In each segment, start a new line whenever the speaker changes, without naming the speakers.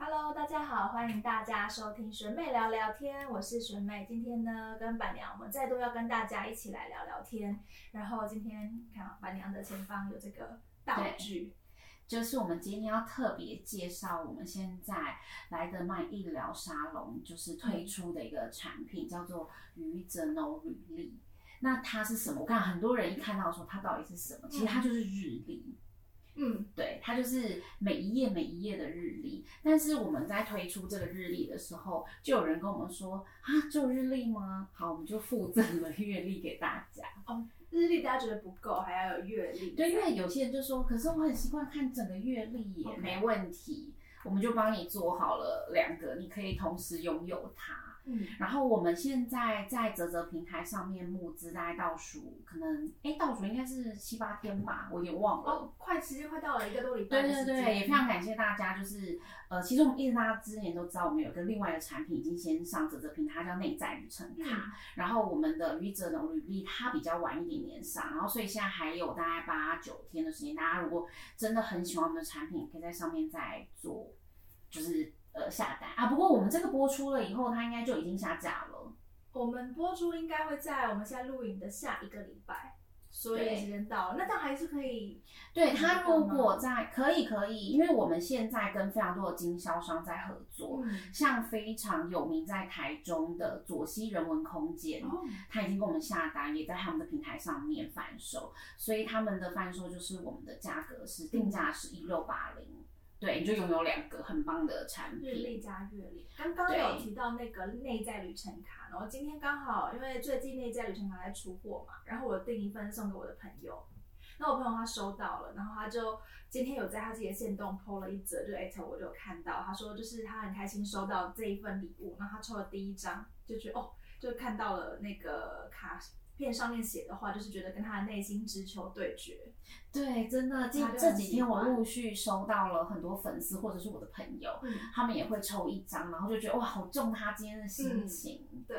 好，欢迎大家收听学妹聊聊天，我是学妹。今天呢，跟板娘我们再度要跟大家一起来聊聊天。然后今天看啊板娘的前方有这个道具，
就是我们今天要特别介绍我们现在来的麦医疗沙龙，就是推出的一个产品、叫做鱼整偶履历。那它是什么？我看很多人一看到说它到底是什么，其实它就是日历。
嗯
对，它就是每一页每一页的日历。但是我们在推出这个日历的时候，就有人跟我们说啊，只有日历吗？好，我们就附赠了月历给大家。
日历大家觉得不够，还要有月历。
对，因为有些人就说，可是我很习惯看整个月历耶
OK
没问题，我们就帮你做好了两个，你可以同时拥有它。
嗯
然后我们现在在泽泽平台上面募资，大概倒数可能哎倒数应该是七八天吧，我有点忘了。
哦，快时间快到了一个多礼拜
对
的
对
时间，
对，也非常感谢大家。就是呃，其实我们一直大家之前都知道，我们有一个另外的产品已经先上泽泽平台，它叫内在旅程卡。
嗯
然后我们的愚者的履历它比较晚一点点上，然后所以现在还有大概八九天的时间。大家如果真的很喜欢我们的产品，可以在上面再做，就是呃下单啊。不过我们这个播出了以后，它应该就已经下架了。
我们播出应该会在我们现在录影的下一个礼拜，所以
对
时间到了，那但还是可以
对它如果在可以可以，因为我们现在跟非常多的经销商在合作，
嗯，
像非常有名在台中的左西人文空间，
哦
他已经跟我们下单，也在他们的平台上面贩售，所以他们的贩售就是我们的价格是定价是一六八零，对，你就拥有两个很棒的产
日
品。
历加月历，刚刚
对
有提到那个内在旅程卡，然后今天刚好因为最近内在旅程卡在出货嘛，然后我订一份送给我的朋友，那我朋友他收到了，然后他就今天有在他自己的线动 PO 了一则，就 at 我就有看到，他说就是他很开心收到这一份礼物，然后他抽了第一张就觉得哦，就看到了那个卡片上面写的话，就是觉得跟他的内心直球对决，
对，真的，这
他就
这
很
几
喜
天我
欢
陆续收到了很多粉丝或者是我的朋友，
嗯，
他们也会抽一张，然后就觉得哇，好中他今天的心情。
对，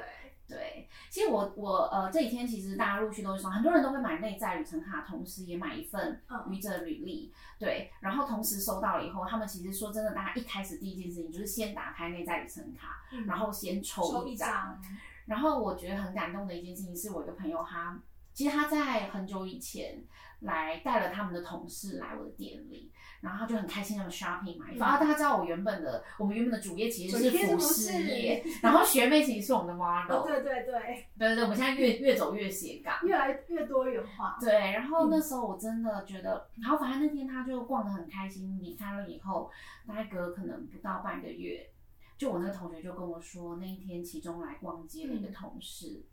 对，其实我我呃这几天其实大家陆续都会收，很多人都会买内在旅程卡，同时也买一份
嗯
愚者履历，对，然后同时收到了以后，他们其实说真的，大家一开始第一件事情就是先打开内在旅程卡，
嗯
然后先抽
抽
一
一
张，
张，
然后我觉得很感动的一件事情是我一个朋友他。其实他在很久以前来带了他们的同事来我的店里，然后他就很开心的 shopping 买衣服。
嗯
啊，大家知道我原本的我们原本的主业其实
主业
服
是服
饰
饰
业，然后学妹其实是我们的 model，、
哦，对对对。
对对对，我们现在越越走越斜杠。
越来越多元化。
对，然
嗯
后那时候我真的觉得，然后反正那天他就逛得很开心，离开了以后，大概隔可能不到半个月，就我那个同学就跟我说，那一天其中来逛街的一
嗯
个同事，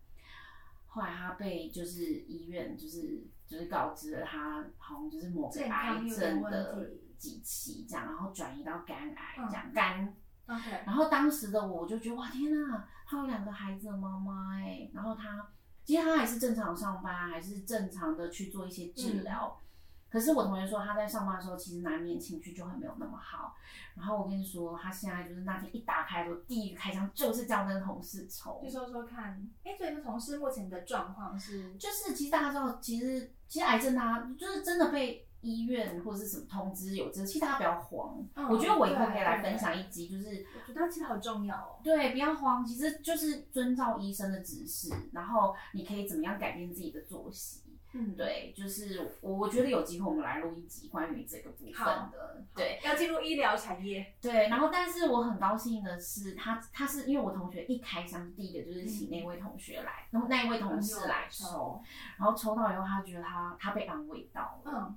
后来他被就是医院就是就是告知了他好像就是某个
健
癌
康有点
症
问
的
题
几期这样，然后转移到肝癌
嗯
这样，肝
OK，
然后当时的我就觉得哇天呐，她有两个孩子的妈妈哎、然后她其实她还是正常上班，还是正常的去做一些治疗。
嗯
可是我同学说她在上班的时候，其实难免情绪就会没有那么好。然后我跟你说，她现在就是那天一打开的时候，第一个开枪就是叫那个同事抽
就，说说看，哎、所以这同事目前的状况是，
就是其实大家知道，其实其实癌症它就是真的被医院或者是什么通知有这个，其实大家不要慌。
嗯
我觉得我以后
对
可以来
对
分享一集，就是
我觉得其实好重要哦。
对，不要慌，其实就是遵照医生的指示，然后你可以怎么样改变自己的作息。
嗯，，
对，就是我我觉得有机会我们来录一集关于这个部分
好
的。对，
要进入医疗产业。
对，然后但是我很高兴的是，他他是因为我同学一开箱第一个就是请
嗯
那位同学来，然后那一位同事来抽，，然后抽到以后他觉得他他被安慰到了。
嗯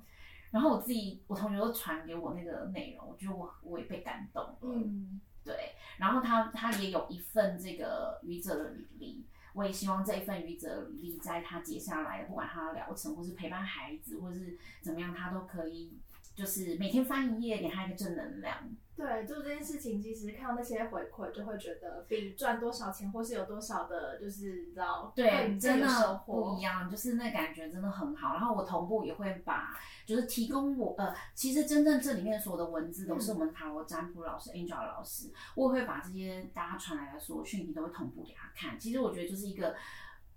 然后我自己，我同学都传给我那个内容，我觉得我我也被感动了。
嗯，
对，然后他他也有一份这个愚者的履历，我也希望这一份愚者的履历，在他接下来不管他的疗程，或是陪伴孩子，或是怎么样，他都可以，就是每天翻一页，给他一个正能量。
对，做这件事情，其实看到那些回馈，就会觉得比赚多少钱，或是有多少的，就是你知道，
对，真
的收
的
获
不一。样，就是那感觉真的很好。然后我同步也会把，就是提供我呃，其实真正这里面所有的文字
嗯
都是我们塔罗占卜老师 Angel 老师，我也会把这些大家传来的所有讯息都会同步给他看。其实我觉得就是一个。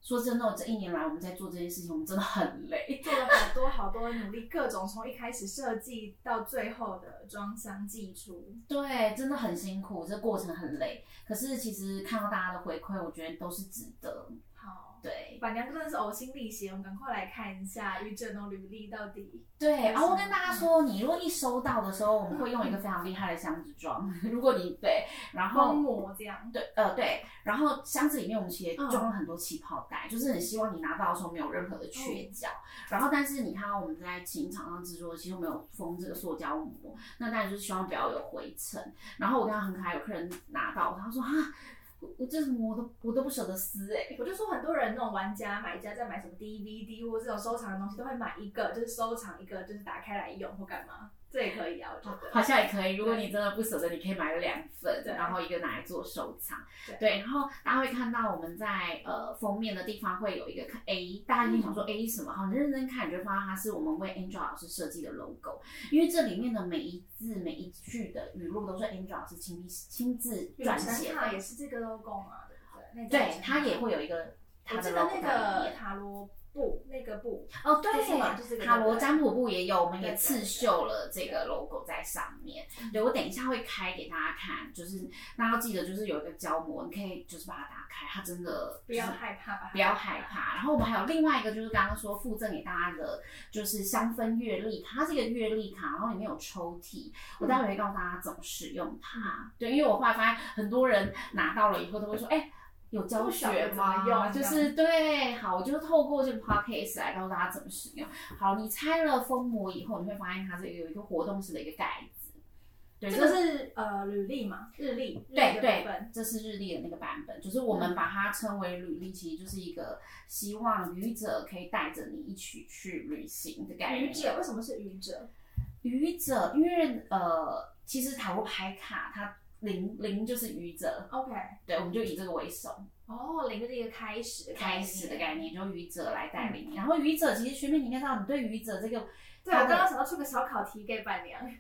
说真的，我这一年来我们在做这件事情，我们真的很累。
做了好多好多努力，各种从一开始设计到最后的装箱寄出，
对，真的很辛苦，这过程很累。可是其实看到大家的回馈，我觉得都是值得。
好。
对
板娘真的是呕心沥血，我们赶快来看一下于正东履历到底。
对，
是
然后我跟大家说，你如果一收到的时候，我们会用一个非常厉害的箱子装。 如果你对，然后
疯魔这样，
对，呃，对，然后箱子里面我们其实
嗯
装了很多气泡袋，就是很希望你拿到的时候没有任何的缺角。然后，但是你看到我们在请厂商制作，其实我们有封这个塑胶膜，那当然就是希望不要有灰尘。然后我看到很可爱，有客人拿到，他说啊，我我这膜我都我都不舍得撕哎、欸
我就说很多人那种玩家、买家在买什么 DVD 或者这种收藏的东西，都会买一个，就是收藏一个，就是打开来用或干嘛，这也可以啊，我觉得。
好像也可以。如果你真的不舍得，你可以买两份，
对
然后一个拿来做收藏。
对
对，然后大家会看到我们在呃封面的地方会有一个 A，大家一定
嗯
想说 A 是什么？好，你认真看，你就发现它是我们为 Angel 老师设计的 logo，因为这里面的每一字每一句的语录都是 Angel 老师亲亲自
远
撰
神
写
塔
的
也，是这个 logo 嘛，对不对？那个远
对
神，塔
它也会有一个
我
它的
记得
logo
那
在里
个
面。
塔罗布，那个布，
哦，对
就是嘛就是这，个
塔罗
对
占卜布也有，我们
对
也
对嗯
刺绣了这个 logo 在上面。对，我等一下会开给大家看，就是大家要记得，就是有一个胶膜，你可以就是把它打开，它真的
不要
就是
害怕吧，
不要害。怕。然后我们还有另外一个，就是刚刚说附赠给大家的，就是香氛月历卡，它是一个月历卡，然后里面有抽屉，我待会会告诉大家怎么使用
嗯
它。对，因为我后来发现很多人拿到了以后都会说，哎、有教学吗？
不晓得怎么用
就是对，好，我就透过这个 podcast 来告诉大家怎么使用。好，你拆了封膜以后，你会发现它这个有一个活动式的一个盖子，对，
这个是呃履历嘛，日历，
对
日历的
对
部分，
这是日历的那个版本，就是我们把它称为履历，其实就是一个希望旅者可以带着你一起去旅行的概念。
愚者为什么是愚者？
愚者，因为呃，其实塔罗牌卡它零零就是愚者，
OK，
对，我们就以这个为首。
哦，零就是一个开始的概念，
开始的概念，就愚者来带领你。然后愚者其实学妹，你应该知道，你对愚者这个，
嗯对，我刚刚想到出个小考题给板娘，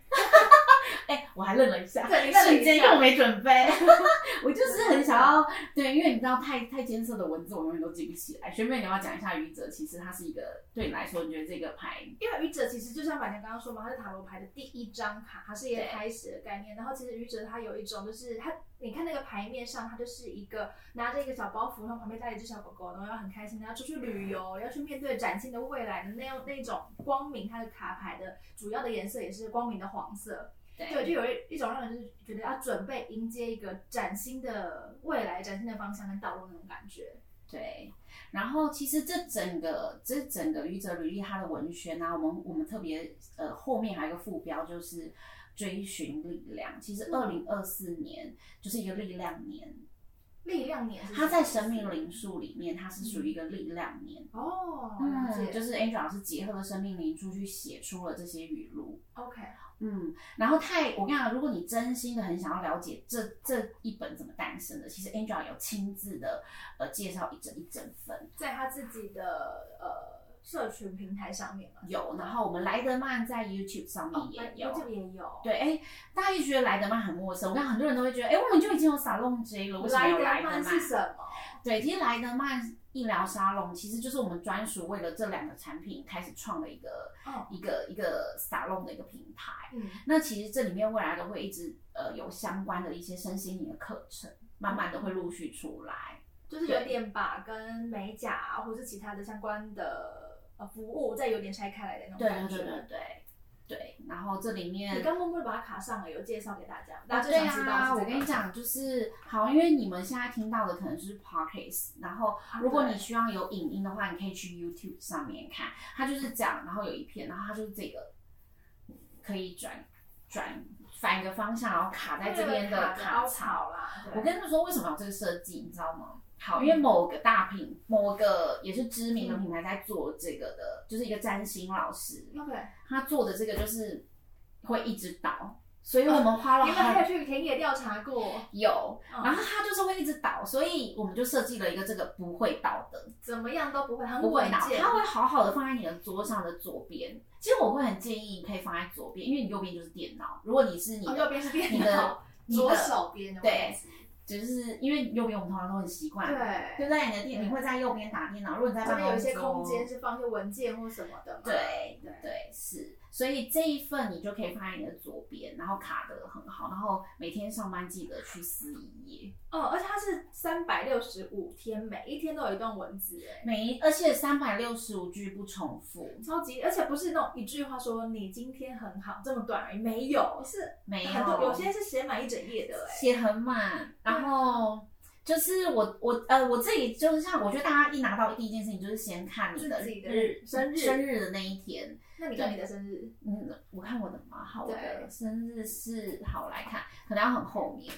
哎、我还愣了一下，
对你愣了一下
瞬间又没准备， 我就是很想要，对，因为你知道太太艰涩的文字我永远都记不起来。学妹，你要讲一下愚者，其实它是一个对你来说，你觉得这个牌
因为愚者其实就像板娘刚刚说嘛，它是塔罗牌的第一张卡，它是一个
对
开始的概念。然后其实愚者它有一种就是它，你看那个牌面上，它就是一个拿着一个小包袱，然后旁边带一只小狗狗，然后要很开心，要出去旅游，要去面对崭新的未来的那样那种光明。它的卡牌的主要的颜色也是光明的黄色，
对
对，就有一一种让人就是觉得要准备迎接一个崭新的未来、崭新的方向跟道路那种感觉。
对，然后其实这整个这整个愚者履历它的文宣啊，我们我们特别呃后面还有一个副标就是追寻力量。其实
嗯
二零二四年就是一个力量年，
力量年是什么
它
意思，
在生命灵数里面它是属于一个力量年。
哦，了
嗯，
解、
就是 Angel 老师结合了生命灵数去写出了这些语录。
OK。
嗯，然后太，我跟你讲，如果你真心的很想要了解这这一本怎么诞生的，其实 Angel 有亲自的呃介绍一整一整份。
在他自己的呃社群平台上面嘛，
有，然后我们莱德曼在 YouTube 上面也有。
这也哦有，
对，哎，大家一直觉得莱德曼很陌生，我看很多人都会觉得，哎，我们就已经有沙龙 J 了，为什么
莱
有
德
莱德
曼
曼？
是什么？
对，其实莱德曼医疗沙龙其实就是我们专属为了这两个产品开始创的一个、
哦
一个一个沙龙的一个平台。
嗯，
那其实这里面未来都会一直呃有相关的一些身心灵的课程，慢慢的会陆续出来。
就是有点把跟美甲啊或是其他的相关的呃服务再有点拆开来的那种
对
感
对
觉。
对啊对对对，然后这里面
你刚默默地把它卡上了，有介绍给大家，大
啊，
家就
对
想知道
啊，
是
我
这个
跟你讲，就是好，因为你们现在听到的可能是 podcast，然后如果你希望有影音的话，你可以去 YouTube 上面看，它就是讲，然后有一片，然后它就是这个可以转转反一个方向，然后卡在这边的
卡
卡
凹
槽。
槽啦。对
我跟他们说为什么有这个设计，你知道吗？好，
嗯
因为某个大品，某个也是知名的品牌在做这个的，就是一个占星老师，
OK，
他做的这个就是会一直倒，所以我们花了
你们
很
还有去田野调查过，
有，
嗯
然后它就是会一直倒，所以我们就设计了一个这个不会倒的，
怎么样都不会，很
不会
稳
倒，
健。
它会好好的放在你的桌上的左边。其实我会很建议你可以放在左边，因为你右边就是电脑。如果你是你
哦
的、
右边是电脑
你的你的
左手边的
对
位置，
只是因为右边我们通常都很习惯，对
对，
不对？你的电
对
你会在右边打电脑，如果你在
这
办
边有
公
一些
桌，
空间是放一些文件或什么的嘛。
对
对
对是，所以这一份你就可以放在你的左边，然后卡得很好，然后每天上班记得去撕一页，
嗯，而且它是三百六十五天，每一天都有一段文字，哎，
每一而且三百六十五句不重复，
超级，而且不是那种一句话说你今天很好这么短而已，没有，是
没
很多，
有
有些是写满一整页的，哎，
写很满，然后。就是我我呃我自己就是像我觉得大家一拿到第一件事情就是先看你的
自己的
日
生日
生日的那一天，
那你看你的生日，
嗯，我看我的嘛，好，我
对
的生日是好来看，可能要很后面。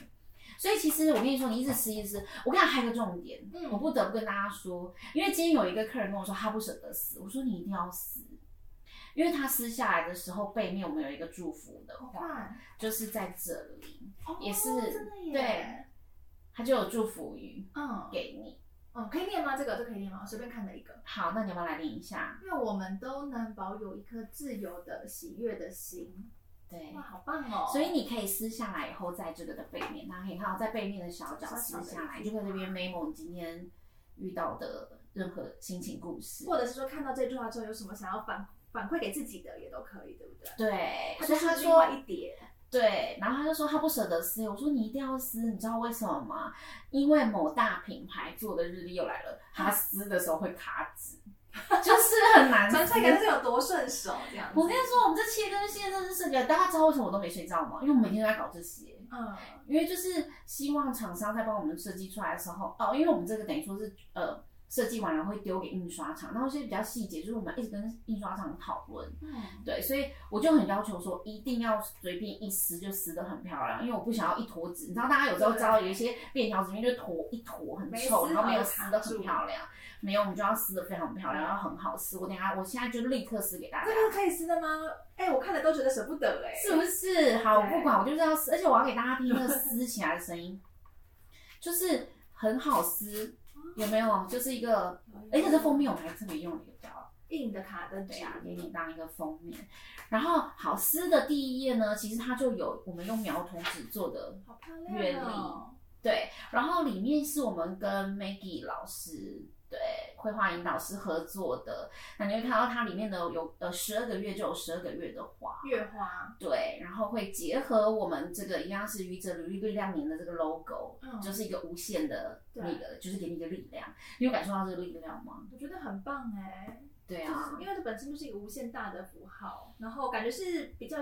所以其实我跟你说，你一直吃一直吃，我跟你讲还有一个重点，
嗯
我不得不跟大家说，因为今天有一个客人跟我说他不舍得撕，我说你一定要撕，因为他撕下来的时候背面我们有一个祝福的话，
哇，
就是在这里，
哦
也是
真的耶，
对，他就有祝福语
嗯
给你。
嗯，可以念吗？这个这可以念吗？我随便看的一个。
好，那你要不要来念一下？
愿我们都能保有一颗自由的、喜悦的心。
对
哇，，好棒哦！
所以你可以撕下来以后，在这个的背面，大家可以看到在背面的小角撕下来，就可以在这边 memo 你今天遇到的任何心情故事。
或者是说看到这句话之后有什么想要反反馈给自己的也都可以，对不对？
对，
它就
所以他
是另外
说
一叠，
对，然后他就说他不舍得撕，我说你一定要撕，你知道为什么吗？因为某大品牌做的日历又来了，他撕的时候会卡 纸，就是很难撕
纯粹感是有多顺手这样子。
我跟你，说，我们这切割线真的是个，大家知道为什么我都没睡觉吗？因为我每天都在搞这些。
嗯，
因为就是希望厂商在帮我们设计出来的时候，哦，因为我们这个等于说是呃设计完了会丢给印刷厂，然后一些比较细节，就是我们一直跟印刷厂讨论，
嗯
对，所以我就很要求说一定要随便一撕就撕得很漂亮，因为我不想要一坨纸，你知道大家有时候知道有一些便条纸里面就坨一坨很臭，
没撕
然后没有
好
撕得
卡住
很漂亮，没有我们就要撕得非常漂亮，要很好撕，我等一下我现在就立刻撕给大家
这。个可以撕的吗？哎，我看了都觉得舍不得哎。
是不是？好，我
对
不管，我就是要撕，而且我要给大家听那个撕起来的声音，就是很好撕，有没有？就是一个，而且这封面我们还特别用了一个比较
硬的卡的
对
纸，
啊，给你当一个封面。然后好撕的第一页呢，其实它就有我们用描图纸做的，
好漂
阅
啊亮哦。
对。然后里面是我们跟 Maggie 老师。对，绘画引导师合作的，那你会看到它里面的有呃十二个月就有十二个月的画，
月花，
对，然后会结合我们这个一样是愚者履历力量年的这个 logo，、
嗯
就是一个无限的
对
那个，就是给你一个力量。你有感受到这个力量吗？
我觉得很棒哎。
对啊
就是因为它本身就是一个无限大的符号，然后感觉是比较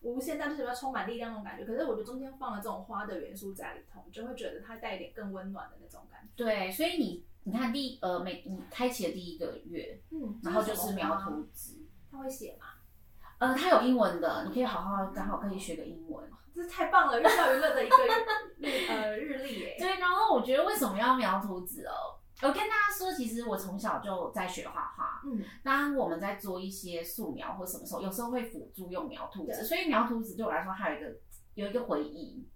无限大，就是比较充满力量那种感觉。可是我觉得中间放了这种花的元素在里头，你就会觉得它带一点更温暖的那种感觉。
对，所以你你看第呃每你开启的第一个月，
嗯
然后就是描，图纸，
他会写嘛？
呃，它有英文的，你可以好好刚好可以学个英文。
这太棒了，寓教于乐的一个日呃日历 耶。
对，然后我觉得为什么要描图纸哦？我跟大家说，其实我从小就在学画画，
嗯，
当我们在做一些素描或什么时候，有时候会辅助用描图纸，
对
所以描图纸对我来说还有一个有一个回忆。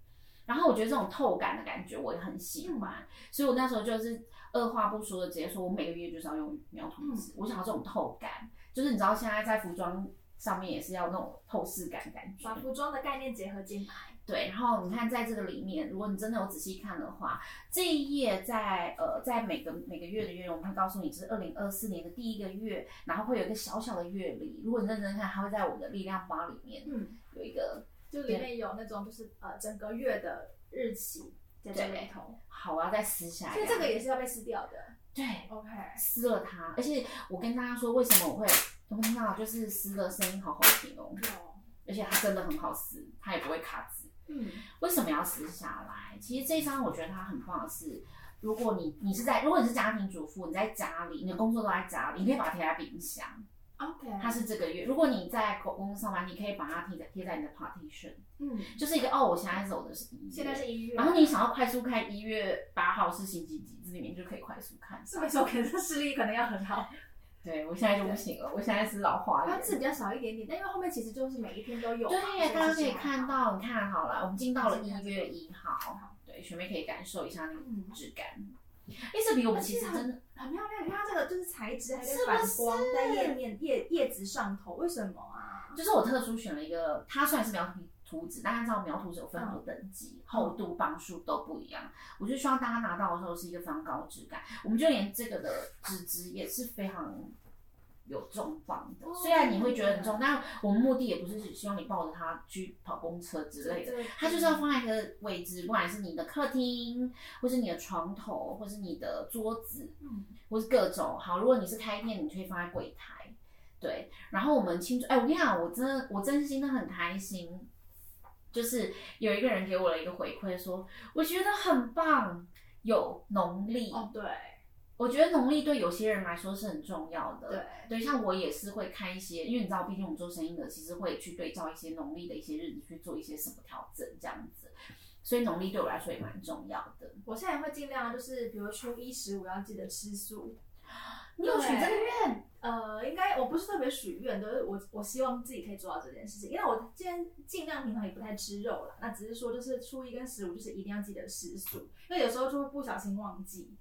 然后我觉得这种透感的感觉我也很喜欢，所以我那时候就是二话不说的直接说，我每个月就是要用描图纸，我想要这种透感，就是你知道现在在服装上面也是要那种透视感感觉
把，服装的概念结合进来。
对，然后你看在这个里面，如果你真的有仔细看的话，这一页在呃在每个每个月的月，我们会告诉你这是二零二四年的第一个月，然后会有一个小小的月历。如果你认真看，它会在我们的力量包里面
嗯，
有一个。
就里面有那种就是呃整个月的日期在这里头，
好，我要再撕下来。
所以这个也是要被撕掉的。
对，
OK，
撕了它。而且我跟大家说，为什么我会，我们听到就是撕的声音好好听哦，
有，
而且它真的很好撕，它也不会卡纸。
嗯，
为什么要撕下来？其实这一张我觉得它很棒的是，如果你你是在如果你是家庭主妇，你在家里，你的工作都在家里，你可以把它贴在冰箱，
，OK，
它是这个月。如果你在公公司上班，你可以把它贴在贴在你的 partition，
嗯，
就是一个哦，我现在走的是一月，
现在是一月，
然后你想要快速看一月八号是星期几，这里面就可以快速 看。
是没错，可是视力可能要很好，
对我现在就不行了，我现在是老花
它
眼。
字比较少一点点，但因为后面其实就是每一天都有嘛，所
对，
其
大家
实
可以
还好
看，到，你看好了，我们进到了
现在
一
这
月
个
一号，对，学妹可以感受一下那个
嗯
质感。哎，这比我们其实
而且
真的
很漂亮，因为它这个就是材质还
是
跟
不
反光在叶面叶叶子上头，为什么啊？
就是我特殊选了一个，它虽然是描图图纸，但按照描图纸有分很多等级、厚度、磅数都不一样。我就希望大家拿到的时候是一个非常高质感。我们就连这个的纸质也是非常有重磅的，
哦
虽然你会觉得很重，但我们目的也不是希望你抱着它去跑公车之类的。
对，
它就是要放在一个位置，不管是你的客厅，或是你的床头，或是你的桌子，
嗯
或是各种。好，如果你是开店，你可以放在柜台。对，然后我们庆祝，哎，我跟你讲，我真的，我真心的很开心，就是有一个人给我了一个回馈，说我觉得很棒，有农历，
哦对
我觉得农历对有些人来说是很重要的。
对，
对，像我也是会看一些，因为你知道，毕竟我们做生意的，其实会去对照一些农历的一些日子去做一些什么调整，这样子。所以农历对我来说也蛮重要的。
我现在会尽量就是比如初一十五要记得吃素，
你有许这个
对
愿？
呃，应该我不是特别许愿，都是我我希望自己可以做到这件事情，因为我既然尽量平常也不太吃肉了，那只是说就是初一跟十五就是一定要记得吃素，因为有时候就会不小心忘记，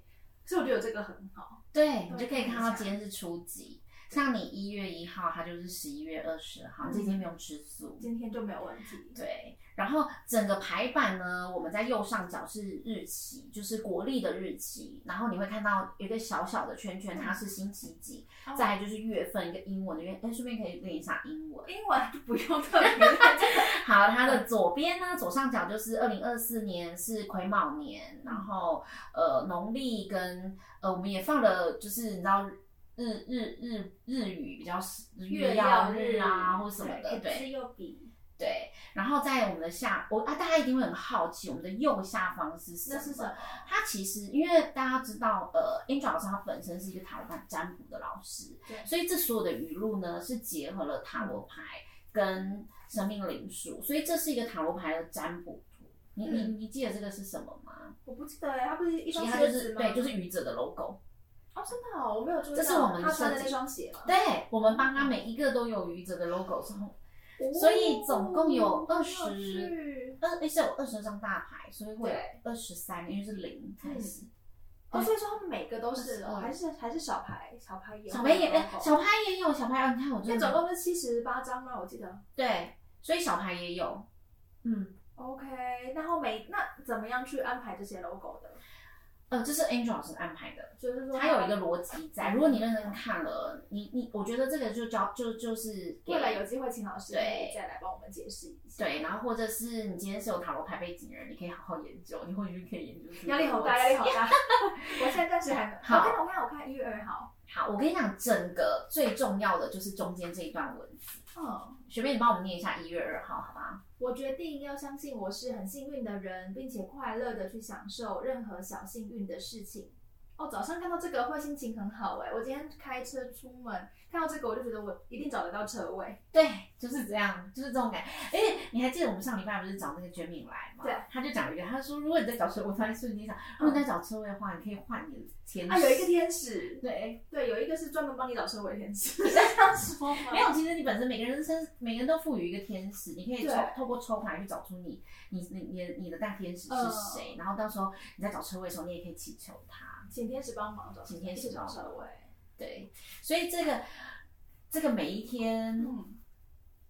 所以我觉得有这个很好。
对你
对
就可以看
看
到
一下
今天是初几，像你一月一号，它就是十一月二十号，这
嗯
天没有吃素。
今天就没有问题，
对，然后整个排版呢，我们在右上角是日期，就是国历的日期，然后你会看到有一个小小的圈圈，它是星期几，
嗯哦
再来就是月份一个英文的月，哎，顺便可以练一下英文。
英文就不用特别在这个
好，它的左边呢，左上角就是二零二四年是癸卯年，然后呃农历跟呃我们也放了，就是你知道日日日日语比较是
月
曜
曜
日啊或什么的，
对，
对
是右笔，
对。然后在我们的下，我啊大家一定会很好奇，我们的右下方是什
那
么？
是什么？
它其实因为大家知道，呃，Angel 老师他本身是一个塔罗牌占卜的老师，
对
所以这所有的语录呢是结合了塔罗牌跟生命灵数，所以这是一个塔罗牌的占卜图。你你你记得这个是什么吗？
我不记得哎，它不是嗯一双
它
鞋
就是
子吗？
对，就是愚者的 logo。
哦，真的哦，我没有注意到，
这是我们的
他穿的
设
那
计
双鞋吗？
对，我们帮他每一个都有愚者的 logo，是红
哦
所以总共有
很有
20
趣
二哎诶是有二十张大牌，所以会
对
有二十三，因为是零开始。
哦，所以说他们每个都是，哦
嗯
还是还是小牌，小牌嗯也有
小牌也诶
logo
小牌也有小牌，啊你看我
那
这
总共是七十八张吗？我记得。
对，所以小牌也有，嗯。
OK，然后每那怎么样去安排这些 logo 的？
呃，这是 Angel 老师安排的，
就是说，
他有一个逻辑在。如果你认真看了，你你，我觉得这个就叫就就是给
未来有机会请老师可
对
以再来帮我们解释一下。
对，然后或者是你今天是有塔罗牌背景的人，你可以好好研究，你或许可以研究出
压力好大，
这个
压
逻辑
力好大。 啊我现在暂时还没。
好
我看我看我看一月二号。
好，我跟你讲，整个最重要的就是中间这一段文字，
嗯，
学妹，你帮我们念一下一月二号，好吗？
我决定要相信我是很幸运的人，并且快乐的去享受任何小幸运的事情。哦，早上看到这个会心情很好哎、我今天开车出门看到这个，我就觉得我一定找得到车位。
对，就是这样，就是这种感觉。而且你还记得我们上礼拜不是找那个卷敏来吗？
对，嗯
他就讲一个，他说如果你在找车，我突然瞬间想，如果你在找车位的话，你可以换你的天
啊，有一个
使
天使，
对，
对，有一个是专门帮你找车位的天 使。你在这样说吗
没有，其实你本身每个人身，每个人都赋予一个天使，你可以抽
对
透过抽牌去找出你你你你的你的大天使是
嗯
谁，然后到时候你在找车位的时候，你也可以祈求他。
请天使帮忙找，
请天使
一起找
帮忙
车位。
对，所以这个这个每一天、
嗯，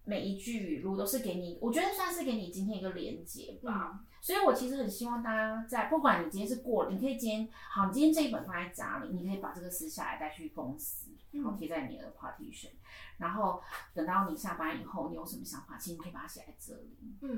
每一句语录都是给你，我觉得算是给你今天一个连接吧。
嗯，
所以我其实很希望大家在，不管你今天是过了，你可以今天好，你今天这一本放在家里，你可以把这个撕下来带去公司，然后
嗯
贴在你的 partition，、然后等到你下班以后，你有什么想法，其实你可以把它写在这里。
嗯，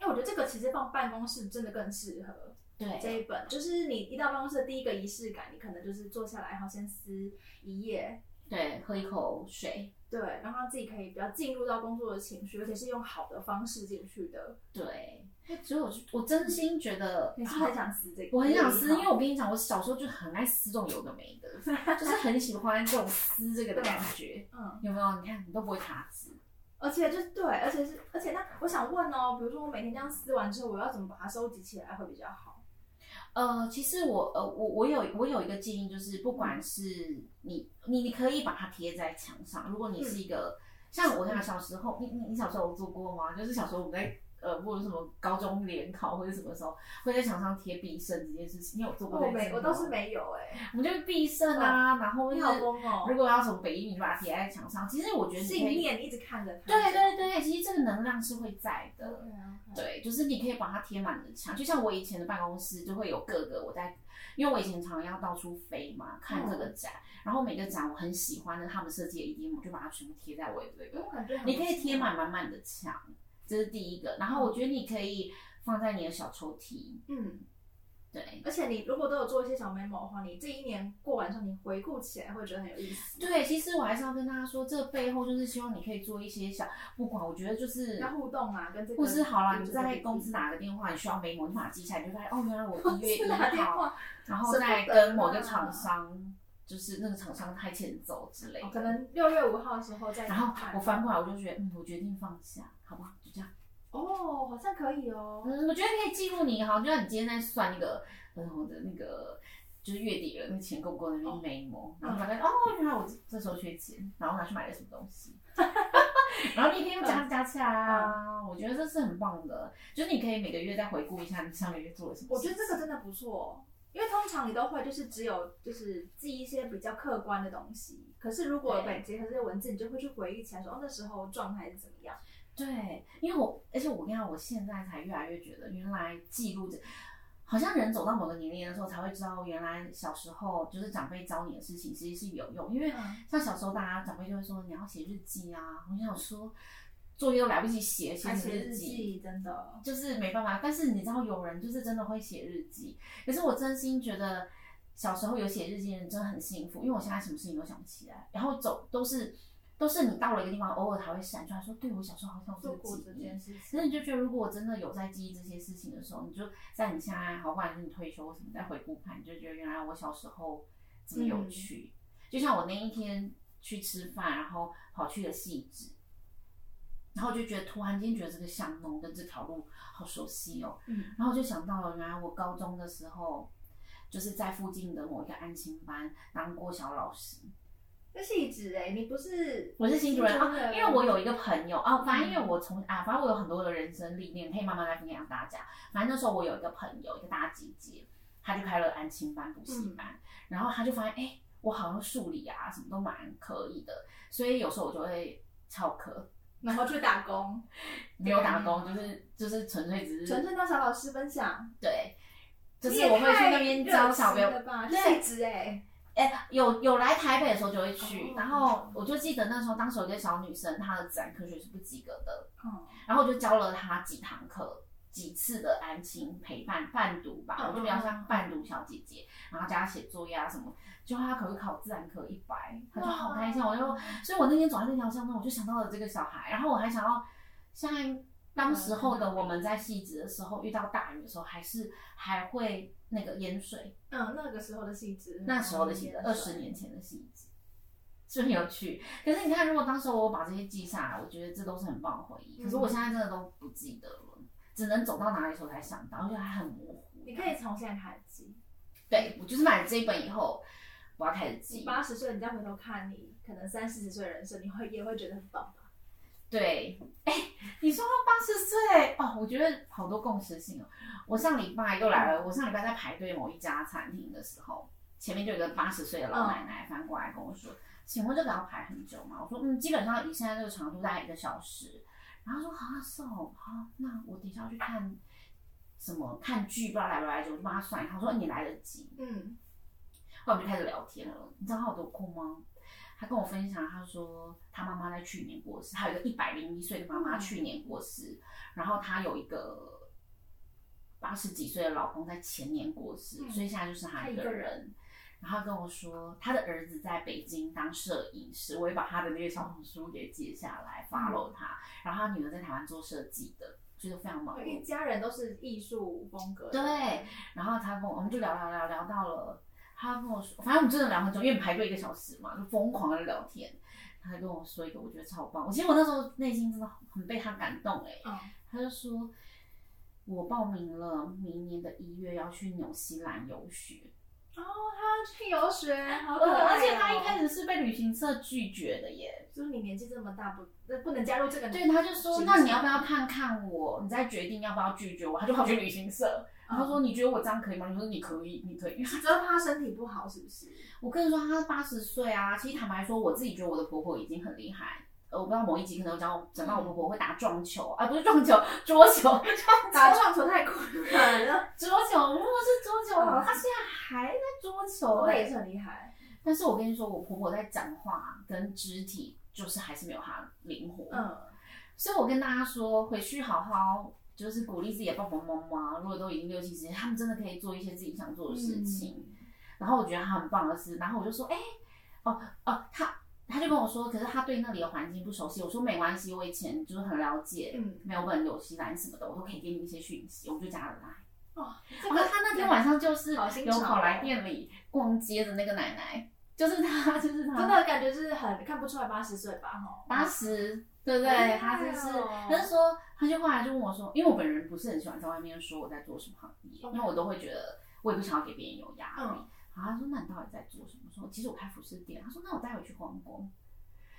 因为我觉得这个其实放办公室真的更适合。这
对，
一本，就是你一到办公室的第一个仪式感，你可能就是坐下来，然后先撕一页，
对，喝一口水，
对，然后让自己可以比较进入到工作的情绪，而且是用好的方式进去的。
对。所以我就我真心觉得，
嗯
啊
你是不是很想撕这个？
我很想撕，因为
为
我跟你讲，我小时候就很爱撕这种有的没的， 就是很喜欢这种撕这个的感觉，
嗯，
有没有？你看你都不会卡纸，
而且就是对，而且是而且那我想问哦，比如说我每天这样撕完之后，我要怎么把它收集起来会比较好？
呃，其实我呃我我有我有一个建议，就是不
嗯
管是你你你可以把它贴在
嗯
墙上，如果你是一个、像我那个小时候，你你你小时候有做过吗？就是小时候我们在呃，或者什么高中联考或者什么时候会在墙上贴必胜这件事情，你有做过
我
这件事
哦没，
情
我倒
吗
是，没有哎、
我们就是必胜啊，然后
你
就
好
是
疯哦
如果要从北一，你就把它贴在墙上。其实我觉得你
信
可以，
念一直看着他。
对对对，其实这个能量是会在的。
OK，OK，
对，就是你可以把它贴满你的墙，就像我以前的办公室就会有各个我在，因为我以前常常要到处飞嘛，看各个
嗯
展，然后每个展我很喜欢的他们设计的 EDM，我就把它全部贴在我的这
因为
个，
我感觉很
你可以贴满满满的墙，这是第一个。然后我觉得你可以放在你的小抽屉，
嗯，
对。
而且你如果都有做一些小 memo 的话，你这一年过完之后，你回顾起来会觉得很有意思。
对，其实我还是要跟大家说，这背后就是希望你可以做一些小，不管我觉得就是
要互动啊，跟这个
或是好啦，
跟
你
这个
在
弟弟
公司打个电话，你需要 memo，你把它记下来，你就发现哦，原来我一月
是
一
打电
号
话，
然后再跟某个厂商，就是那个厂商派遣走之类
哦
的。
可能六月五号的时候再
然后
看
我翻过来，我就觉得，嗯，我决定放下，好不好？就这样。
哦，好像可以哦。
嗯，我觉得可以记录你，好像就像你今天在算那个，嗯，我的那个就是月底了，那个钱够不够那边眉毛，然后发现哦，原来我这这时候缺钱，然后拿去买了什么东 西。然后你可以用加加起来啊，我觉得这是很棒的，就是你可以每个月再回顾一下你上个月做了什么
我觉
事情。
得这个真的不错，哦因为通常你都会就是只有就是记一些比较客观的东西，可是如果
对
本结合这些文字，你就会去回忆起来说，哦，那时候状态是怎么样。
对，因为我，而且我跟你讲，我现在才越来越觉得，原来记录这，好像人走到某个年龄的时候，才会知道，原来小时候就是长辈教你的事情，其实是有用。因为
嗯
像小时候，大家长辈就会说你要写日记啊，我想说作业都来不及写，写
而
什么
且日
记？
记真的，
就是没办法，但是你知道有人就是真的会写日记，可是我真心觉得小时候有写日记的人真的很幸福，因为我现在什么事情都想不起来，然后走都是都是你到了一个地方，偶尔才会闪出来说，对我小时候好像有
做
这
过
个
这
记忆
件。事
可是
情，
你就觉得，如果我真的有在记忆这些事情的时候，你就在你现在，好，不管是你退休或什么，再回顾看，你就觉得原来我小时候这么有趣。就像我那一天去吃饭，然后跑去了细致，然后就觉得突然间觉得这个巷弄跟这条路好熟悉哦，
嗯，
然后就想到了，原来我高中的时候就是在附近的某一个安亲班当过小老师。
那是一直哎，你不是
我是新主人
新
啊，因为我有一个朋友啊，反
嗯
正因为我从啊，反正我有很多的人生历练，可以慢慢来分享大家。反正那时候我有一个朋友，一个大姐姐，她就开了安亲班、补习班，
嗯
然后她就发现，哎、我好像数理啊什么都蛮可以的，所以有时候我就会翘课，
然后去打工，
没有打工，就是就是纯粹只是
纯粹当小老师分享，
对，就
你
是
也
我会去
太
那边
热
教小朋
情
友
了吧，
对
就是一直哎，
哎、有有来台北的时候就会去
哦，
然后我就记得那时候当时有一个小女生，她的自然科学是不及格的。
嗯，
然后我就教了他几堂课，几次的安亲陪伴伴读吧，
嗯
我就比较像伴读小姐姐，然后教他写作业啊什么。就他可不可以考自然科一百，他就好开心。
哦
我就，所以我那天走在那条巷弄，我就想到了这个小孩，然后我还想到，像当时候的我们在戏子的时候，遇到大雨的时候，还是还会那个淹水，
嗯，那个时候的细致，
那时候的戏子，二十年前的戏子。是不是很有趣？可是你看，如果当时候我把这些记下来，我觉得这都是很棒的回忆。可是我现在真的都不记得了，只能走到哪里的时候才想到，而且还很模糊。
你可以从现在开始记。
对我就是买了这一本以后，我要开始
你
记。
八十岁，你再回头看你可能三四十岁的人生，你会也会觉得很棒吧？
对，哎、你说到八十岁哦，我觉得好多共识性哦。我上礼拜又来了，我上礼拜在排队某一家餐厅的时候，前面就有一个八十岁的老奶奶翻过来跟我说：“请问这个要排很久吗？”我说：“嗯，基本上以现在这个长度大概一个小时。”然后她说：“啊，是哦，好，那我等一下要去看什么看剧，不知道来不来得及，我就帮她算一下。”她说：“你来得及。”
嗯，
后来我们就开始聊天了。你知道他有多酷吗？他跟我分享，他说他妈妈在去年过世，他有一个一百零一岁的妈妈
嗯
去年过世，然后他有一个八十几岁的老公在前年过世，
嗯
所以现在就是他一个
他一个
人。然后他跟我说，他的儿子在北京当摄影师，我也把他的那个小红书给截下来，follow 他。然后他女儿在台湾做设计的，所以就非常忙
因
碌。
为一家人都是艺术风格的。
对然后他跟我，我们就聊聊聊聊到了，他跟我说，反正我们真的聊很久，因为我们排队一个小时嘛，就疯狂的聊天。他跟我说一个我觉得超棒，我其实我那时候内心真的很被他感动哎、
嗯，
他就说，我报名了明年的一月要去纽西兰游学，
哦，他要去游学，好可爱、
呃，
哦。
而且他一开始是被旅行社拒绝的耶，
就是你年纪这么大，不那不能加入这个。嗯
对，他就说，那你要不要？看看我，你再决定要不要拒绝我，他就跑去旅行社，
嗯
然后说你觉得我这样可以吗？我说你可以，你可以，因为他
只要他身体不好，是不是？
我跟你说，她八十岁啊，其实坦白说，我自己觉得我的婆婆已经很厉害。呃，我不知道某一集可能有讲到讲到我
嗯
婆婆会打撞球啊，不是撞球，桌球，
打撞球太困难了，
桌球，我婆婆是桌球，
嗯
她现在还在桌球
我
哎、
也是很厉害。
但是我跟你说，我婆婆在讲话跟肢体就是还是没有她灵活。，
嗯，
所以我跟大家说，回去好好就是鼓励自己的爸爸妈妈，如果都已经六七十，他们真的可以做一些自己想做的事情。
嗯
然后我觉得他很棒的是，然后我就说，哎、哦哦，他他就跟我说，可是他对那里的环境不熟悉。我说没关系，我以前就是很了解
嗯
没有问纽西兰什么的，我都可以给你一些讯息，我就加了来。
哦，这
然后
个
他那天晚上就是
好新
有
潮哦
跑来店里逛街的那个奶奶，就是她，就是她，
真的感觉就是很看不出来八十岁吧，哈。
八十，对不
好厉
对？
害
他就是
哦，
他就说，他就后来就问我说，因为我本人不是很喜欢在外面说我在做什么行业，因为我都会觉得我也不想要给别人有压力。
嗯
然后他说，那你到底在做什么？我说其实我开服饰店。他说，那我带回去逛逛。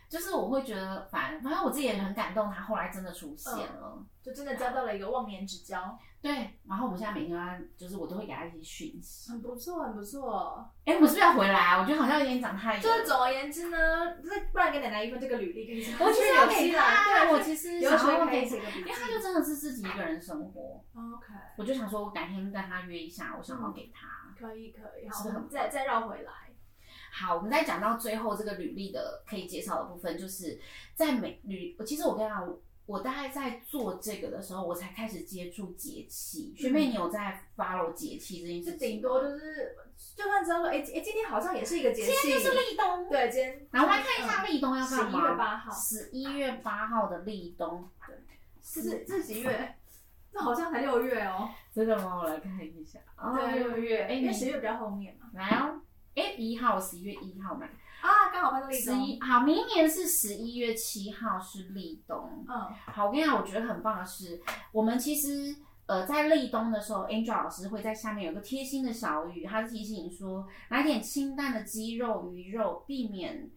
就是我会觉得反，反正我自己也很感动，他后来真的出现了。
就真的交到了一个忘年之交，
对，然后我们现在每天都在，就是我都会给他一些讯息。
很不错，很不错。
哎，我们是不是要回来啊？我觉得好像有点长太远。
就是总而言之呢，就是不然给奶奶一份这个履历，跟
我其实要给他，
对，
啊
啊
我其实
有
想
时
要
候可
给
以
他，
写个笔
因
记哦
为他就真的是自己一个人生活。
OK，
我就想说，我改天跟他约一下，我想
嗯
要给他。
可以可以，
是
好，我
不是
们
很
再再绕回来，
好，我们再讲到最后这个履历的可以介绍的部分，就是在美履，我其实我跟你讲，我我大概在做这个的时候，我才开始接触节气。学妹，你有在 follow 节气这件
就
事情
顶
吗？
多嗯就是就算知道说，哎哎，今天好像也是一个节
现
气，
在就是立冬，
对，今天嗯
然后我们来看一下立冬要干
11
嘛。
月8号
十一月八号的立冬，
这是这是几月？这好像才六月哦，
真的吗？我来看一下。哦
对，六月，
哎，
因为
你
十月比较后面嘛，
来哦，哎，一号，十一月一号嘛。
啊，刚好看到立
十
冬，
一好，明年是十一月七号是立冬。
嗯
好，我跟你讲，我觉得很棒的是，我们其实呃在立冬的时候，Angel 老师会在下面有个贴心的小语，他提醒你说，来点清淡的鸡肉、鱼肉，避免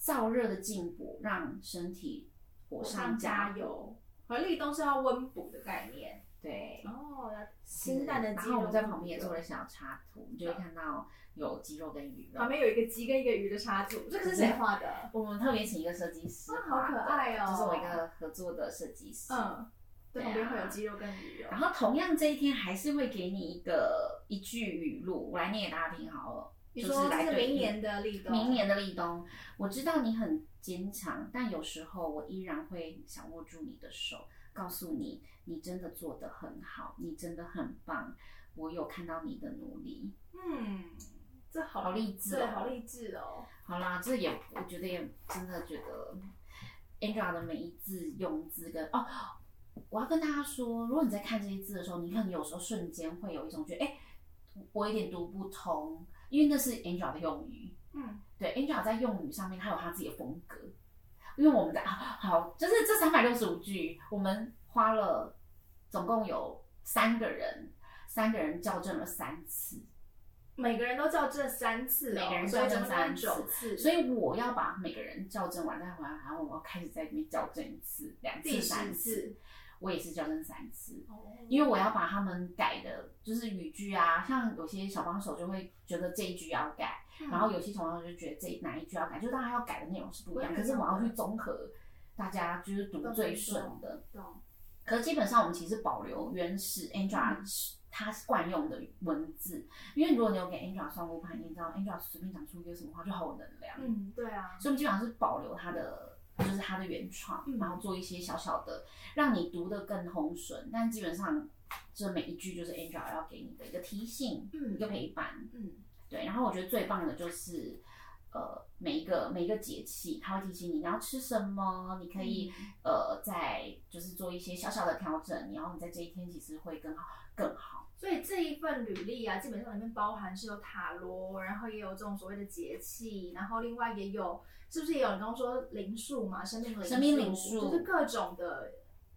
燥热的进补，让身体火上加油。
油。而立冬是要温补的概念，
对。
哦，清淡的
然
鸡
后
肉。
我们在旁边也做了小插图，你就会看到有鸡肉跟鱼肉
旁。边有一个鸡跟一个鱼的插图，这个是谁画的？
我们特别请一个设计师
哇好
画的，
可爱哦
就是我一个合作的设计师。
嗯，对，
对啊
旁边会有鸡肉跟鱼哦肉
然。后同样这一天还是会给你一个一句语录，我来念给大家听好了。
你
就是
说这
来
是
对
明
应
年的立冬，
明年的立冬，我知道你很坚强，但有时候我依然会想握住你的手，告诉你你真的做得很好，你真的很棒，我有看到你的努力。
嗯，这好
好励志哦
对，好励志哦。
好啦，这也我觉得也真的觉得 Angela 的每一字用字跟哦，我要跟大家说，如果你在看这些字的时候，你可能有时候瞬间会有一种觉得，哎，我有点读不通，因为那是 Angela 的用语。
嗯，
对，Angela 在用语上面，她有她自己的风格。因为我们在啊好，就是这三百六十五句，我们花了总共有三个人，三个人校正了三次。
每个人都叫这三次哦，
每个人
所以
校
总共
正三次
九次，
所
以
以我要把每个人校正完再回来，然后我要开始在里面校正一次、两
第
次、
十
三
次
次。。我也是校正三次，
哦
因为我要把他们改的，就是语句啊，像有些小帮手就会觉得这一句要改，
嗯
然后有些同学就觉得这哪一句要改，就是大家要改的内容是不一
不
样，
一样
可是我要去综合大家就是读最顺的。
懂
可是基本上我们其实保留原始 Angela 她惯用的文字，因为如果你有给 Angela 算过盘，你知道 Angela 随便讲出一个什么话就好有能量。
嗯，对啊，
所以我们基本上是保留它的，就是它的原创，
嗯
然后做一些小小的，让你读得更通顺。但基本上，这每一句就是 Angel 要给你的一个提醒，
嗯
一个陪伴。
嗯
对，然后我觉得最棒的就是，呃，每一个每一个节气，它会提醒你你要吃什么，你可以、
嗯
呃，在就是做一些小小的调整，然后你在这一天其实会更好更好。
所以这一份履历啊，基本上里面包含是有塔罗，然后也有这种所谓的节气，然后另外也有是不是也有人刚刚说灵数嘛，生命灵数
生命灵数
就是各种的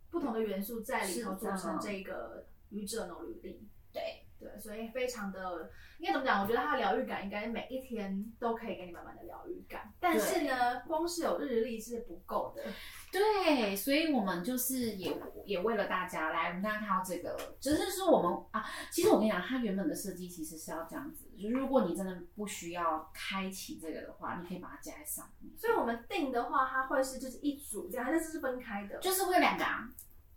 不同的元素在里头
是
组
的
成这个愚者的履历。
对，
对，所以非常的，应该怎么讲？我觉得它的疗愈感应该每一天都可以给你满满的疗愈感。但是呢，光是有日历是不够的。
对，所以我们就是也也为了大家来，我们大家看到这个，只是说我们啊，其实我跟你讲，它原本的设计其实是要这样子，就是如果你真的不需要开启这个的话，你可以把它加在上面，
所以我们定的话，它会是就是一组这样，但是是分开的。
就是会有两个啊，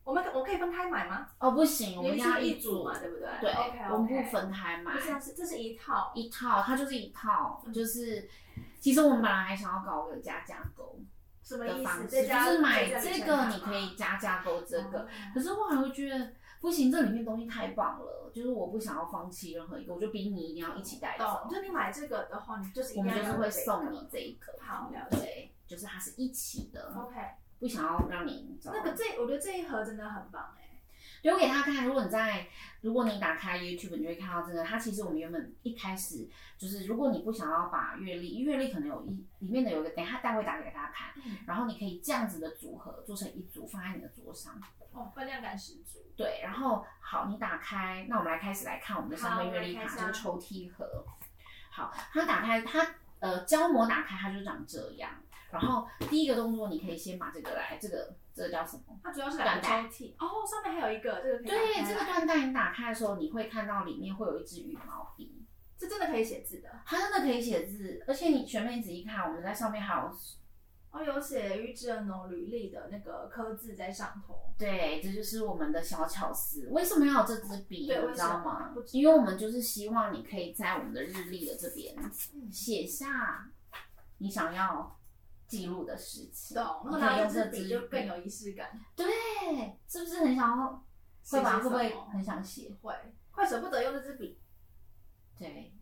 我们我可以分开买吗？
哦不行，我
因为
们要
是一
组
组嘛，对不对？
对
o k
我
o
们不分开买，
这样是啊嗯这是一套，
一套，它就是一套，就是其实我们本来还想要搞个加价购
什么
的
意
方
思？
式，
在
就
家
是买
在家里
这
看
个
嘛
你可以加价购这个
哦，
可是我还会觉得不行，这里面东西太棒了，就是我不想要放弃任何一个，我就逼你一定要一起带走
懂，，哦就是你买这个的话，你就是一
哦我
定要
们就是
有这
会送
个
你这一个。
好了解
对，就是它是一起的，
OK，
不想要让你知道
那个这我觉得这一盒真的很棒哎、
留给他看。如果你在，如果你打开 YouTube，你就会看到这个。它其实我们原本一开始就是，如果你不想要把阅历，阅历可能有一里面的有一个，等一下待会打给大家看。
嗯，
然后你可以这样子的组合做成一组，放在你的桌上。
哦，分量感十足。
对，然后好，你打开，那我们来开始来看我们的三
好
倍阅
来
历
开
卡这
箱
个抽屉盒。好，它打开它呃胶膜打开，它就长这样。然后第一个动作，你可以先把这个来，这个这个叫什么？
它主要是两个抽
缎
屉哦，上面还有一个这个可以
对，
打开
这个缎带你打开的时候，你会看到里面会有一支羽毛笔，
这真的可以写字的
它真的可以写字，而且你全面仔细看，我们在上面还有
哦，有写于志恩农履历的那个刻字在上头。
对，这就是我们的小巧思。为什么要有这支笔？
对
你
为
知
什
道
么
吗
不？知
因为我们就是希望你可以在我们的日历的这边
嗯
写下你想要记录的事情。
懂，
你
然后
可以
拿
用
这
这
支笔
支
就更有仪式感，
对，是不是很想要？会吧？
写什
会不
么
会很想写？
会，快舍不得用这支笔。
对。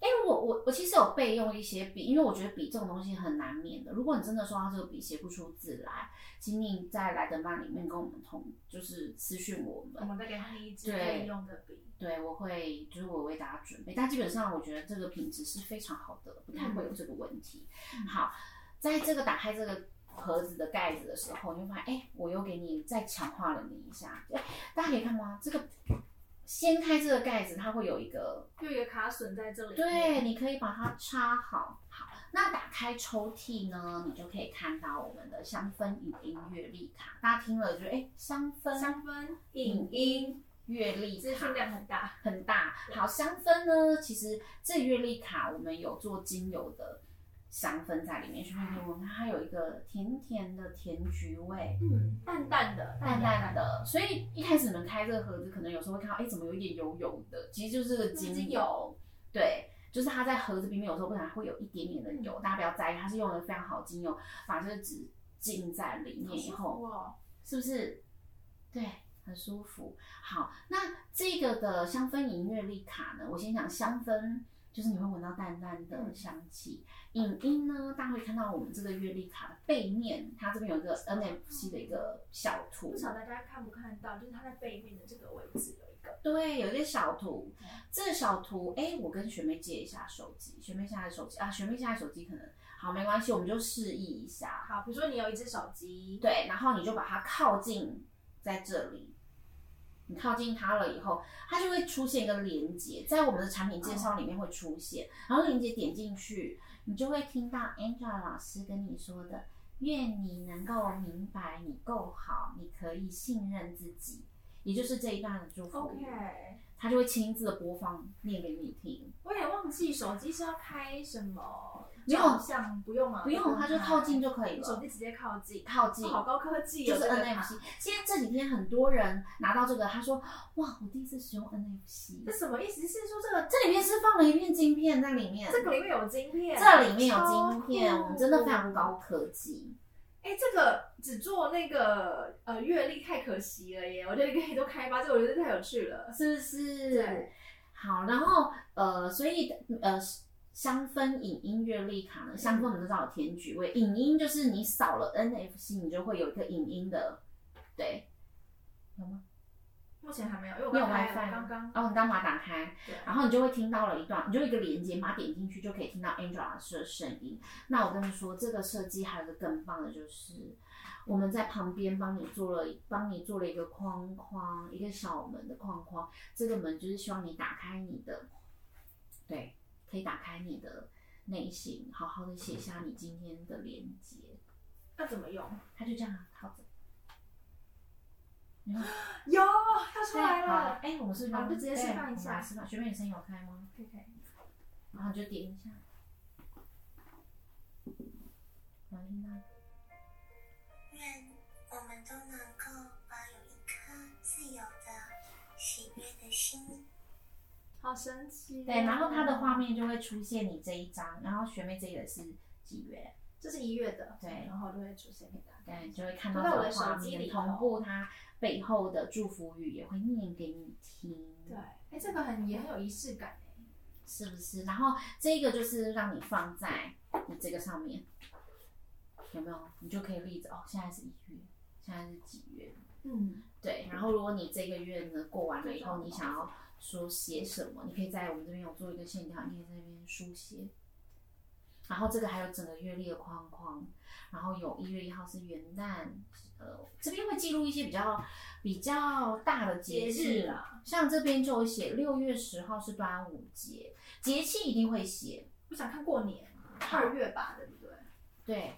哎、我我我其实有备用一些笔，因为我觉得笔这种东西很难免的。如果你真的说到这个笔写不出字来，请你在来的慢里面跟我们同，就是私讯我们
我。们再给他们一支可
对
以用的笔。
对，我会就是我为大家准备，但基本上我觉得这个品质是非常好的，不太会有这个问题。
嗯
好，在这个打开这个盒子的盖子的时候，你会发现，哎，我又给你再强化了你一下。哎，大家可以看吗？这个掀开这个盖子，它会有一个，
就有一个卡榫在这里。
对，，你可以把它插好。好，那打开抽屉呢，你就可以看到我们的香氛语音乐历卡。大家听了就哎，香氛
香氛、影音，
阅历
资
卡
讯。量很大。
很大。好，香氛呢，其实这月历卡我们有做精油的香氛在里面，所以我们它有一个甜甜的甜菊味。
嗯，淡淡的，
淡淡。的，所以一开始你们开这个盒子，可能有时候会看到，哎、怎么有一点油油的？其实就是这个
那是
精
精
油，对，就是它在盒子里面有时候不然会有一点点的油，大家不要在意，它是用的非常好的精油，把这个纸浸在里面以后，
哇，
是不是？对，很舒服。好，那这个的香氛音乐力卡呢，我先讲香氛，就是你会闻到淡淡的
嗯
香气。影音呢，大家会看到我们这个月历卡的背面，它这边有一个 NFC 的一个小图
不，晓得大家看不看到，就是它在背面的这个位置有一个。
对，有一个小图
嗯。
这个小图，哎，我跟学妹借一下手机，学妹现在的手机啊，学妹现在手机可能好没关系，我们就示意一下。
好，比如说你有一只手机，
对，然后你就把它靠近在这里，你靠近它了以后，它就会出现一个连接，在我们的产品
嗯
介绍里面会出现，然后连接点进去，你就会听到 Angela 老师跟你说的：“愿你能够明白你够好，你可以信任自己。”也就是这一段的祝福语
，OK。
它就会亲自的播放念给你听。
我也忘记手机是要开什么
没有
照相，不用吗？
不用，它就靠近就可以
你手
了，
机直接靠近，
靠近。
哦好高科技
就
哦，
是
这个卡
NFC。现在这几天很多人拿到这个，他说：“哇，我第一次使用 NFC，
这什么意思？是说这个
这里面是放了一片晶片在里面，
这个里面有晶片，
这里面有晶
超
片，
酷
我们真的非常高科技。
哎、这个只做那个呃阅历太可惜了耶！我觉得你可以多开发，这个我觉得太有趣了。
是不是
对？
好，然后呃，所以呃，香氛影音乐历卡呢，香氛我们都知道有甜菊味，影音就是你扫了 NFC，你就会有一个影音的，对，有吗？
目前还没有，因为我
你有
刚开
WiFi
刚
吗
刚
哦，你刚把它打开，
对，
然后你就会听到了一段，你就有一个连接嘛，点进去就可以听到 Angela 老师的声音。那我跟你说，这个设计还有一个更棒的，就是我们在旁边帮你做了帮你做了一个框框，一个小门的框框，这个门就是希望你打开你的，对，可以打开你的内心，好好的写下你今天的连接。
要怎么用？
他就这样啊，套着。
有，它出来
对好
了。
哎、我们是不是
好就直接
对
示范一
我们
下
来示范，学妹，你声音有开吗？
可以可以。
然后你就点一下，然后听到
愿我们都能够保有一颗自由的、喜悦的心。
好神奇哦。
对，然后它的画面就会出现你这一张，然后学妹这个是几月？
这是一月的，
对
然后就会出现给大家。
对，就会看到
就在
这
我
个
的
画
手机
面，
里
同
头
步它背后的祝福语也会念给你听，
对，哎，这个很也很有仪式感哎。
是不是？然后这个就是让你放在你这个上面，有没有？你就可以立着哦，现在是一月，现在是几月？
嗯，
对，然后如果你这个月呢过完了以后，
这种
你想要说写什么，你可以在我们这边有做一个线条，你可以在那边书写。然后这个还有整个月历的框框，然后有一月一号是元旦，呃，这边会记录一些比较比较大的节
节
气
日啊，
像这边就有写六月十号是端午节，节气一定会写，
我想看过年，二月吧，对不对？
对，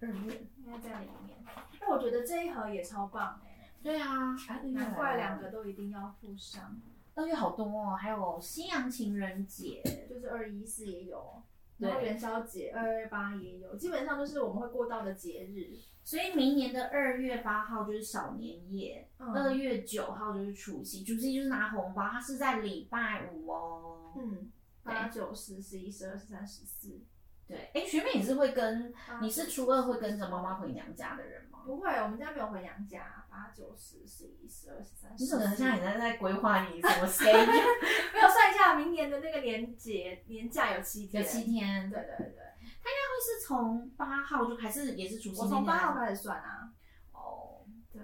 二月，
应该在里面。哎，我觉得这一盒也超棒哎，
对啊，哎二月
难
来
怪
了
两个都一定要附上，
二月好多哦，还有西洋情人节，
就是二一四也有。
对
然后元宵节二二八也有，基本上就是我们会过到的节日。
所以明年的二月八号就是小年夜，二、
嗯
月九号就是除夕，除夕就是拿红包，它是在礼拜五哦。
嗯，八九十十一十二十三十四，
对，哎，学妹你是会跟
八
你是初二会跟着妈妈回娘家的人吗？
不会，我们家没有回娘家，八九十十一十二十三十
你
四。
怎么像你在在规划你什么 schedule？
没有算一下明年的那个年节年假有七
有
天？
七天，
对
对，
对对，
会是从八号就还是也是除夕
我
那
从
天
八
开始？
号开始算啊。
哦，
对，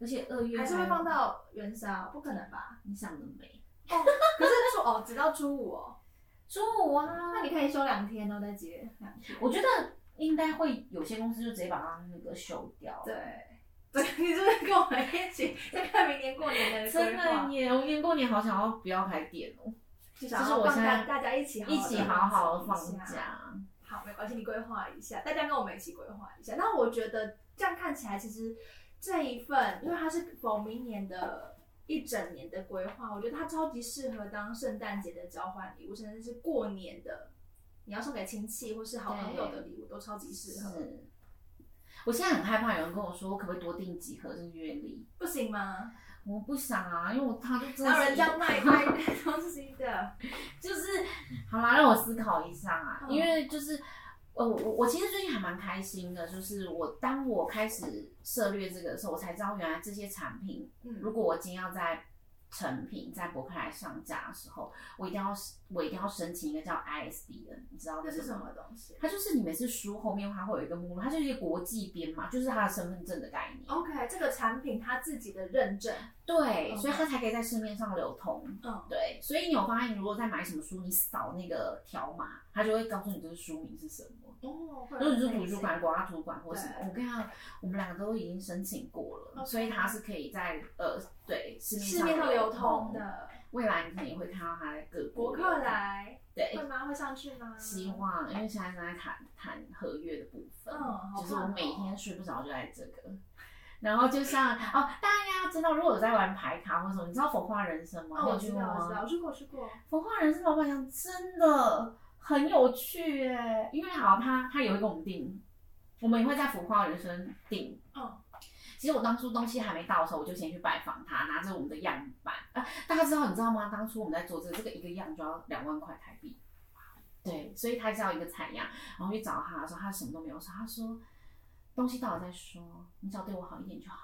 而且二月
还是会放，到元宵，不可能吧？
你想得美，
可是初哦，直到初五哦，
初五啊，
那你可以休两天哦，再接两天。
我觉得应该会有些公司就直接把它那个休掉，
对。对，你是不是跟我们一起 在看明年过年的规
真的
划？
耶！我年过年好想要不要开店哦，
就
就
想
是
要
我
放
现
大
在
大家一起好
一
好地
起好好地
放松一
放
下
假。
好，没关系，你规划一下，大家跟我们一起规划一下。那我觉得这样看起来，其实这一份，因为它是否明年的一整年的规划，我觉得它超级适合当圣诞节的交换礼物，甚至是过年的，你要送给亲戚或是好朋友的礼物都超级适合。
是，我现在很害怕有人跟我说，我可不可以多订几盒这个月历？
不行吗？
我不想啊，因为我他就真的
哪有
是
人这样卖卖东西的？
就是好啦，让我思考一下啊，
嗯
因为就是。呃，我我其实最近还蛮开心的，就是我当我开始涉略这个的时候，我才知道原来这些产品如
嗯，
果我今天要在成品在博客来上架的时候，我一定要我一定要申请一个叫 ISBN，你知道
这是
什
什么？东西
它就是你每次书后面它会有一个目录，它就是一个国际编码，就是它的身份证的概念。
？OK，这个产品它自己的认证，
对，
OK
所以它才可以在市面上流通。
嗯，
对，所以你有发现，你如果在买什么书，你扫那个条码，它就会告诉你这个书名是什么。
哦，会
如
有
果你是
类
图
似
书馆、国家图书馆或什么，
对
我跟你讲，我们两个都已经申请过了
OK
所以它是可以在呃对市面
市面上流通
的。
的。
未来你可能也会看到他在各国
博
流
客
通，
来会
对，
吗？会上去吗？
希望，因为现在正在谈谈合约的部分，
嗯好
就是我
棒哦
每天睡不着就在这个。 然后就像哦，大家要知道，如果有在玩牌卡或什么，你知道《浮化人生》吗？
哦，我
你啊有去
知
过
道，我知道，
吗？
我去过，我去过。
《浮化人生》老板娘真的很有趣耶，因为好，他他也会跟我们订，我们也会在《浮化人生》订
嗯，
其实我当初东西还没到的时候，我就先去拜访他，拿着我们的样板。啊，大家知道你知道吗？当初我们在做这个，这个一个样就要两万块台币。对，所以他是要一个采样，然后去找他的时候，他什么都没有说，他说东西到了再说，你只要对我好一点就好。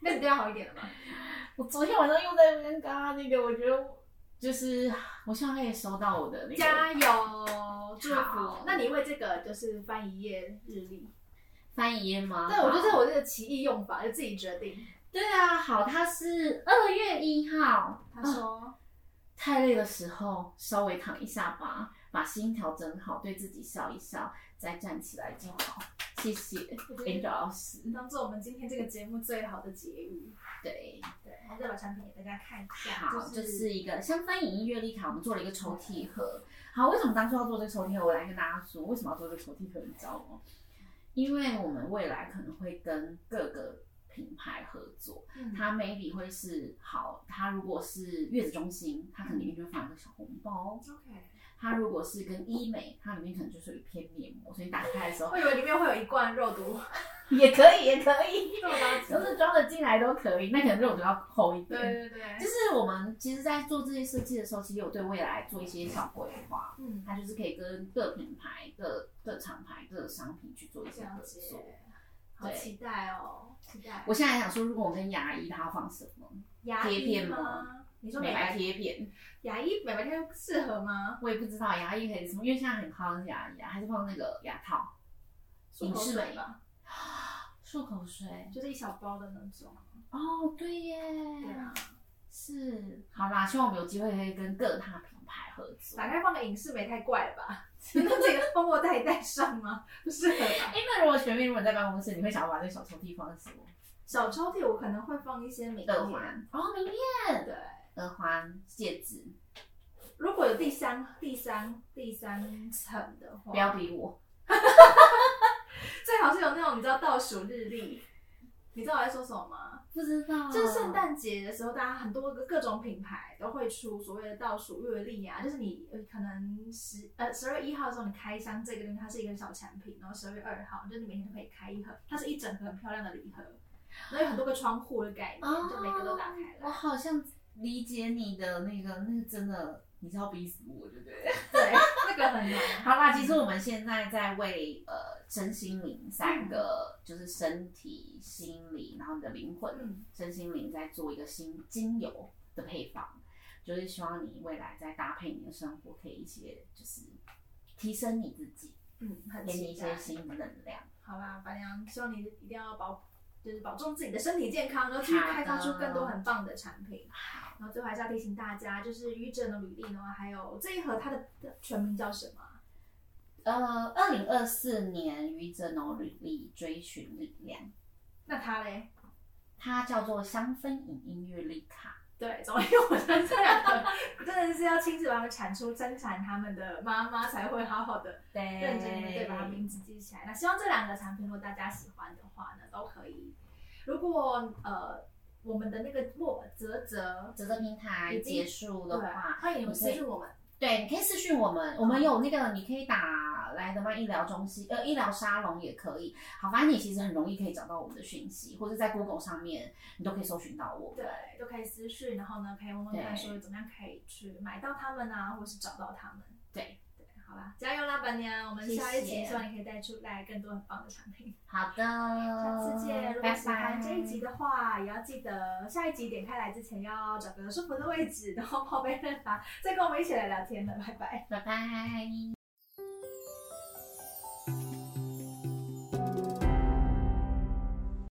那你对他好一点了吗？
我昨天晚上又在那边跟他那个，我觉得我就是我希望他也收到我的那个
加油，祝
好
福。那你为这个就是翻一页日历？
翻页吗？
对，我觉得我这个奇异用法就自己决定。
对啊，好，他是二月一号，
他说，
太累的时候，稍微躺一下吧，把心调整好，对自己笑一笑，再站起来就好。谢谢
我觉得
林老师。
当做我们今天这个节目最好的结语。
对，
对，然后再把产品给大家看一下，
好，
就
这是一个香氛影音阅历卡，我们做了一个抽屉盒。好，为什么当初要做这个抽屉盒？我来跟大家说，为什么要做这个抽屉盒，你知道吗？因为我们未来可能会跟各个品牌合作，
嗯
它 maybe 会是好，它如果是月子中心，它可能里面就会放一个小红包；
OK。
它如果是跟医美，它里面可能就是有一片面膜，所以你打开的时候
我以为里面会有一罐肉毒，
也可以，也可以，
肉刀
都是装的进来都可以。那可能肉毒要厚一点，
对对对，
就是我们其实，在做这些设计的时候，其实有对未来做一些小规划，
嗯，
它就是可以跟各品牌、各各厂牌、各商品去做一
这
些合
样
作。
子，好期待哦，期待。
我现在想说，如果我跟牙医，它要放什么
牙
贴
医
片
吗
吗？
你说
美
美
白
白
贴片？
牙医美白贴适合吗？
我也不知道牙医可以什么，因为现在很夯牙医啊，还是放那个牙套、
漱
隐
口
适
水
美、
吧，
漱口水。
就是一小包的那种。
哦，对耶，
对啊，
是好啦，希望我们有机会可以跟各大品牌合作。
打开放个影视美太怪了吧？ 那这个泡沫袋带上吗？不适合吧？
哎，那如果全面如果你在办公室，你会想要把这个小抽屉放在什么？
小抽屉我可能会放一些名
耳
片，
环，哦，明
对。
耳环、戒指，
如果有第三、第三、第三层的话，
不要逼我。
最好是有那种你知道倒数日历，你知道我在说什么吗？
不知道，
就是圣诞节的时候，大家很多个各种品牌都会出所谓的倒数月历啊，就是你呃可能十呃十二月一号的时候，你开箱这个东西，它是一个小产品，然后十二月二号，就是你每天都可以开一盒，它是一整盒很漂亮的礼盒，然后有很多个窗户的概念，
哦，
就每个都打开
我
了。
好像理解你的那个，那个真的，你是要逼死我，对不对？
对，那个很难。
好啦，其实我们现在在为呃身心灵三个，就是身体、心理，然后你的灵魂，
嗯
身心灵在做一个新精油的配方，就是希望你未来在搭配你的生活，可以一些就是提升你自己，
嗯，很
给你
期
一
待
些。新的能量。
好啦，白娘，希望你一定要保，就是保重自己的身体健康，然后继续开发出更多很棒的产品。然后最后还是要提醒大家，就是于正的履历呢，还有这一盒它的全名叫什么啊？
呃，二零二四年于正哦履历追寻力量，
那它嘞？
它叫做香氛影音乐力卡。
对，总而言之，我觉得这两个真的是要亲自把它们产出、生产他们的妈妈才会好好的、
对，
认真的对把它名字记起来。那希望这两个产品，如果大家喜欢的话呢，都可以。如果呃我们的那个莫泽泽
泽泽平台
已经
结束的
对啊
话，
欢迎你们
你
私
可以
信我们。
对，你可以私讯我们，我们有那个你可以打来的嘛，医疗中心，呃，医疗沙龙也可以。好，反正你其实很容易可以找到我们的讯息，或者在 Google 上面你都可以搜寻到我们。
对，都可以私讯，然后呢，陪我们看
对
说怎么样可以去买到他们啊，或是找到他们。
对
对，好啦，加油啦，板娘！我们下一
谢
集
嗯谢
希望你可以带出来更多很棒的产品。
好的，
下
下
次见！如果
拜
喜欢
拜。
这一集的话，也要记得下一集点开来之前要找个舒服的位置，然后泡杯热茶，再跟我们一起来聊天了。拜拜。
拜拜。